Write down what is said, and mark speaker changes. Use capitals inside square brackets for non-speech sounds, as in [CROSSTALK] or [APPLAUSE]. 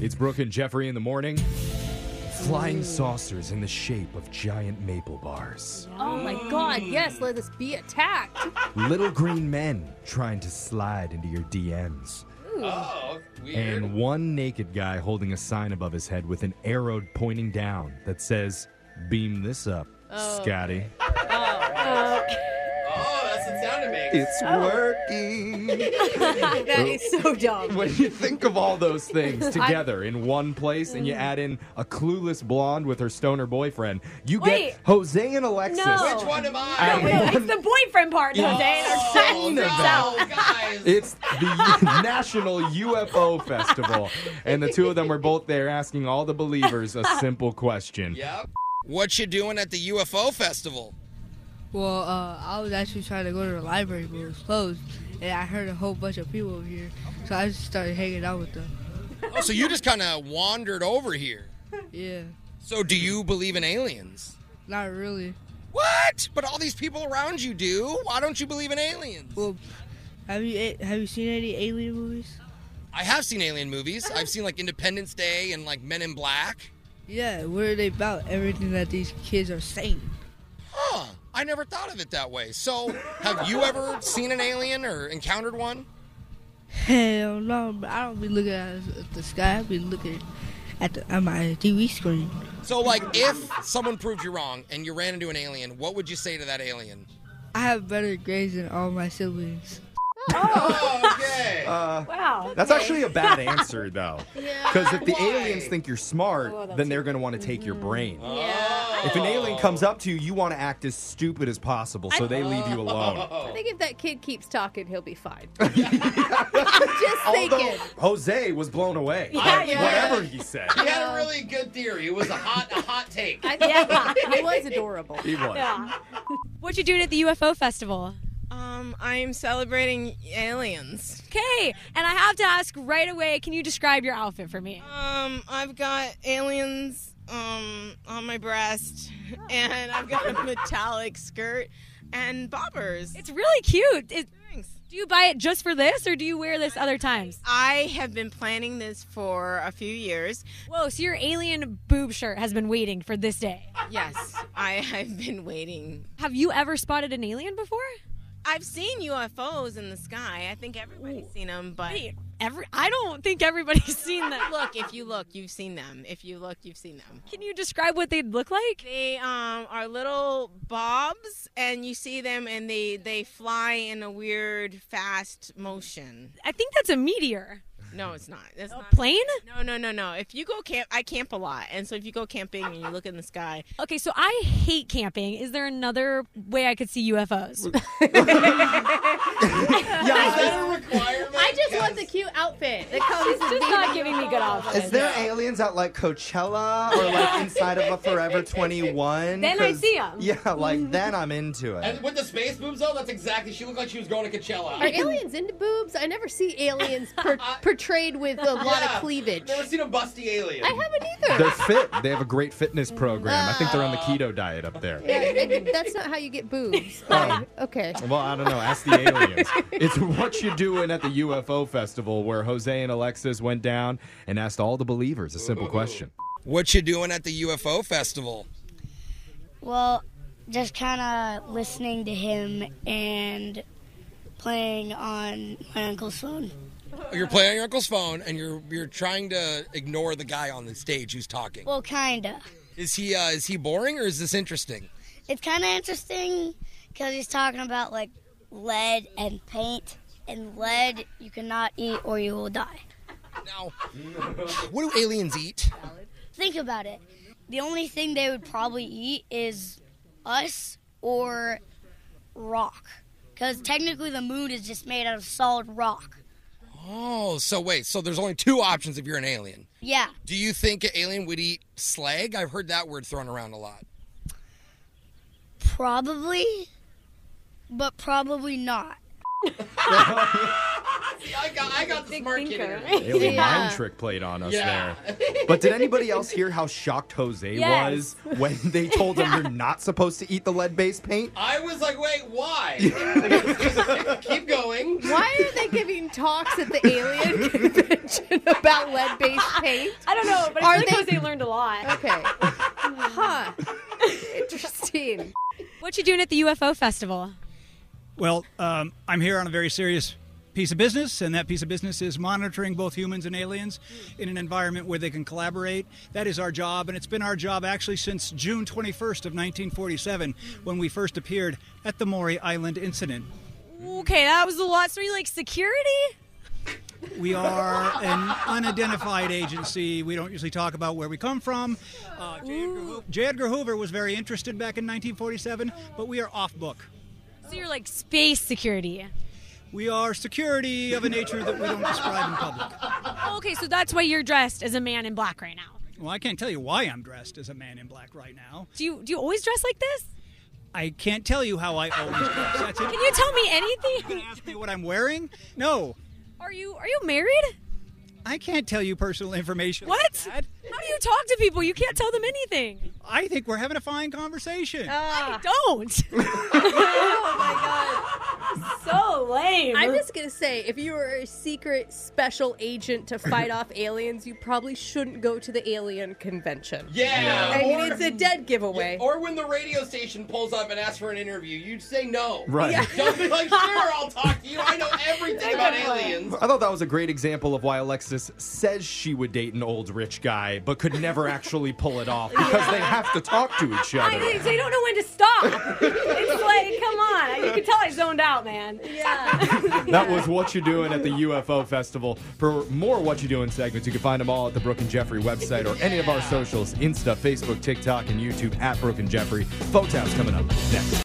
Speaker 1: It's Brooke and Jeffrey in the morning. Flying saucers in the shape of giant maple bars.
Speaker 2: Oh my god, yes, let us be attacked.
Speaker 1: Little green men trying to slide into your DMs.
Speaker 3: Oh, weird.
Speaker 1: And one naked guy holding a sign above his head with an arrow pointing down that says, Beam this up, Scotty.
Speaker 3: oh, that's the sound it makes.
Speaker 1: It's
Speaker 4: Oh.
Speaker 1: working. [LAUGHS]
Speaker 2: [LAUGHS] that is so dumb.
Speaker 1: when you think of all those
Speaker 4: [LAUGHS]
Speaker 1: things together in one place and you
Speaker 4: Mm.
Speaker 1: add in a clueless blonde with her stoner boyfriend, you
Speaker 4: Wait.
Speaker 1: get Jose and Alexis.
Speaker 4: No.
Speaker 3: Which one am I?
Speaker 1: I mean-
Speaker 4: It's the boyfriend part, Jose.
Speaker 2: [LAUGHS]
Speaker 3: Oh,
Speaker 4: They're trying
Speaker 3: no,
Speaker 4: this out.
Speaker 3: guys.
Speaker 1: It's the [LAUGHS] National UFO Festival. And the two of them were both there asking all the believers a simple question.
Speaker 3: Yep. What you doing at the UFO festival?
Speaker 5: Well, uh, I was actually trying to go to the library, but it was closed, and I heard a whole bunch of people over here, so I just started hanging out with them.
Speaker 3: Oh, so you just kind of wandered over here.
Speaker 5: Yeah,
Speaker 3: So do you believe in aliens?
Speaker 5: not really.
Speaker 3: What? But all these people around you do. Why don't you believe in aliens?
Speaker 5: Well, have you a- have you seen any alien movies?
Speaker 3: I have seen alien movies. I've seen like Independence Day and like Men in Black.
Speaker 5: Yeah, what are they about? Everything that these kids are saying. [LAUGHS]
Speaker 3: Huh. I never thought of it that way. So, have you ever seen an alien or encountered one?
Speaker 5: Hell no, but I don't be looking at the sky. I be looking at the, at my TV screen.
Speaker 3: So, like, if someone proved you wrong and you ran into an alien, what would you say to that alien?
Speaker 5: I have better grades than all my siblings.
Speaker 3: Okay.
Speaker 4: Wow.
Speaker 1: That's actually a bad answer, though. Because if the aliens think you're smart,
Speaker 4: Oh, that's- Mm-hmm.
Speaker 1: then they're going to want to take your brain.
Speaker 4: Yeah.
Speaker 1: If an alien comes up to you, you want to act as stupid as possible, so they leave you alone.
Speaker 4: Oh.
Speaker 2: I think if that kid keeps talking, he'll be [LAUGHS] fine. I'm just
Speaker 1: Although
Speaker 2: thinking.
Speaker 1: Jose was blown away.
Speaker 4: Yeah,
Speaker 1: by
Speaker 4: yeah.
Speaker 1: Whatever he said.
Speaker 3: he had a really good theory. It was a hot, a hot
Speaker 2: [LAUGHS]
Speaker 3: take.
Speaker 2: I think it was adorable.
Speaker 1: He was.
Speaker 4: Yeah. What you doing at the UFO festival?
Speaker 6: Um, I'm celebrating aliens.
Speaker 4: Okay, and I have to ask right away. Can you describe your outfit for me?
Speaker 6: Um, I've got aliens um on my breast, and I've got a metallic skirt and bobbers.
Speaker 4: It's really cute. It,
Speaker 6: Thanks.
Speaker 4: do you buy it just for this, or do you wear this other times?
Speaker 6: I have been planning this for a few years.
Speaker 4: Whoa! So your alien boob shirt has been waiting for this day.
Speaker 6: Yes, I have been waiting.
Speaker 4: Have you ever spotted an alien before?
Speaker 6: I've seen UFOs in the sky. I think everybody's seen them, but
Speaker 4: Hey, Every I don't think everybody's seen them.
Speaker 6: look, if you look, you've seen them. If you look, you've seen them.
Speaker 4: Can you describe what they'd look like?
Speaker 6: They um, are little bobs, and you see them, and they they fly in a weird, fast motion.
Speaker 4: I think that's a meteor.
Speaker 6: No, it's not. That's
Speaker 4: A
Speaker 6: not.
Speaker 4: plane?
Speaker 6: no, no, no, no. If you go camp, I camp a lot, and so if you go camping and you look in the sky,
Speaker 4: Okay, so I hate camping. Is there another way I could see UFOs?
Speaker 3: Is that a requirement?
Speaker 2: I just want the cute outfit that comes
Speaker 4: It's just not giving me good options.
Speaker 7: Is there aliens at like Coachella or like inside of a Forever 21?
Speaker 4: Then I
Speaker 7: 'Cause-
Speaker 4: see 'em.
Speaker 7: Yeah, like then I'm into
Speaker 3: And
Speaker 7: it.
Speaker 3: with the space boobs though, that's exactly. She looked like she was going to Coachella.
Speaker 2: Are aliens into boobs? I never see aliens per- [LAUGHS] portrayed with a lot
Speaker 3: Yeah.
Speaker 2: of [LAUGHS] cleavage.
Speaker 3: Never seen a busty alien.
Speaker 2: I haven't either.
Speaker 1: They're fit. [LAUGHS] They have a great fitness program. I think they're on the keto diet up there.
Speaker 2: Yeah, and that's not how you get boobs.
Speaker 1: Oh.
Speaker 2: Okay.
Speaker 1: Well, I don't know. Ask the aliens. it's what you doing at the UFO festival where Jose and Alexis went down and asked all the believers a simple question.
Speaker 3: What you doing at the UFO festival?
Speaker 8: Well, just kind of listening to him and playing on my uncle's phone.
Speaker 3: You're playing on your uncle's phone, and you're you're trying to ignore the guy on the stage who's talking.
Speaker 8: Well, kinda.
Speaker 3: Is he uh, is he boring or is this interesting?
Speaker 8: It's kind of interesting because he's talking about like lead and paint. And lead you cannot eat or you will die.
Speaker 3: [LAUGHS] Now, what do aliens eat?
Speaker 8: Think about it. The only thing they would probably eat is us or rock. Because technically the moon is just made out of solid rock.
Speaker 3: Oh, so wait, so there's only two options if you're an alien.
Speaker 8: Yeah.
Speaker 3: Do you think an alien would eat slag? I've heard that word thrown around a lot.
Speaker 8: Probably, but probably not.
Speaker 3: See, I got, I got the smart kid. in here.
Speaker 1: Alien
Speaker 2: Yeah.
Speaker 1: mind trick played on us
Speaker 3: Yeah.
Speaker 1: there. But did anybody else hear how shocked Jose
Speaker 4: Yes.
Speaker 1: was when they told him you're not supposed to eat the lead-based paint?
Speaker 3: I was like, wait, why? Keep going.
Speaker 2: Why are they giving talks at the alien [LAUGHS] convention about lead-based paint?
Speaker 9: I don't know, but
Speaker 2: Are
Speaker 9: I feel like
Speaker 2: they-
Speaker 9: Jose learned a
Speaker 2: [LAUGHS]
Speaker 9: lot.
Speaker 2: Okay. Huh. Interesting.
Speaker 4: What you doing at the UFO festival?
Speaker 10: Well, um, I'm here on a very serious piece of business, and that piece of business is monitoring both humans and aliens in an environment where they can collaborate. That is our job, and it's been our job actually since June 21st of 1947 when we first appeared at the Maury Island incident.
Speaker 4: Okay, that was a lot. So are you like security?
Speaker 10: We are an unidentified agency. We don't usually talk about where we come from. Uh, J. Edgar Hoo- J. Edgar Hoover was very interested back in 1947, but we are off book.
Speaker 4: So you're like space security.
Speaker 10: We are security of a nature that we don't describe in public.
Speaker 4: Oh, Okay, so that's why you're dressed as a man in black right now.
Speaker 10: Well, I can't tell you why I'm dressed as a man in black right now.
Speaker 4: Do you do you always dress like this?
Speaker 10: I can't tell you how I always dress. That's it.
Speaker 4: Can you tell me
Speaker 10: You're
Speaker 4: anything?
Speaker 10: gonna ask me what I'm wearing? No,
Speaker 4: Are you are you married?
Speaker 10: I can't tell you personal information. like
Speaker 4: What? How
Speaker 10: that.
Speaker 4: do you talk to people? You can't tell them anything.
Speaker 10: I think we're having a fine conversation.
Speaker 9: Ah. [LAUGHS]
Speaker 4: I don't.
Speaker 9: Oh So lame.
Speaker 2: I'm just gonna say, if you were a secret special agent to fight off aliens, you probably shouldn't go to the alien convention.
Speaker 3: Yeah.
Speaker 2: I mean,
Speaker 3: or-
Speaker 2: it's a dead giveaway.
Speaker 3: Or when the radio station pulls up and asks for an interview, you say no.
Speaker 1: Right.
Speaker 3: Don't be like, sure, I'll talk to you. I know everything about aliens.
Speaker 1: I thought that was a great example of why Alexis says she would date an old rich guy, but could never actually pull it off because they have to talk to each
Speaker 9: I think
Speaker 1: other.
Speaker 9: they don't know when to stop. it's like, come on. You can tell I zoned out, man.
Speaker 1: That was What You Doing at the UFO Festival. For more What You Doing segments, you can find them all at the Brooke and Jeffrey website or any of our socials Insta, Facebook, TikTok, and YouTube at Brooke and Jeffrey. Photons coming up next.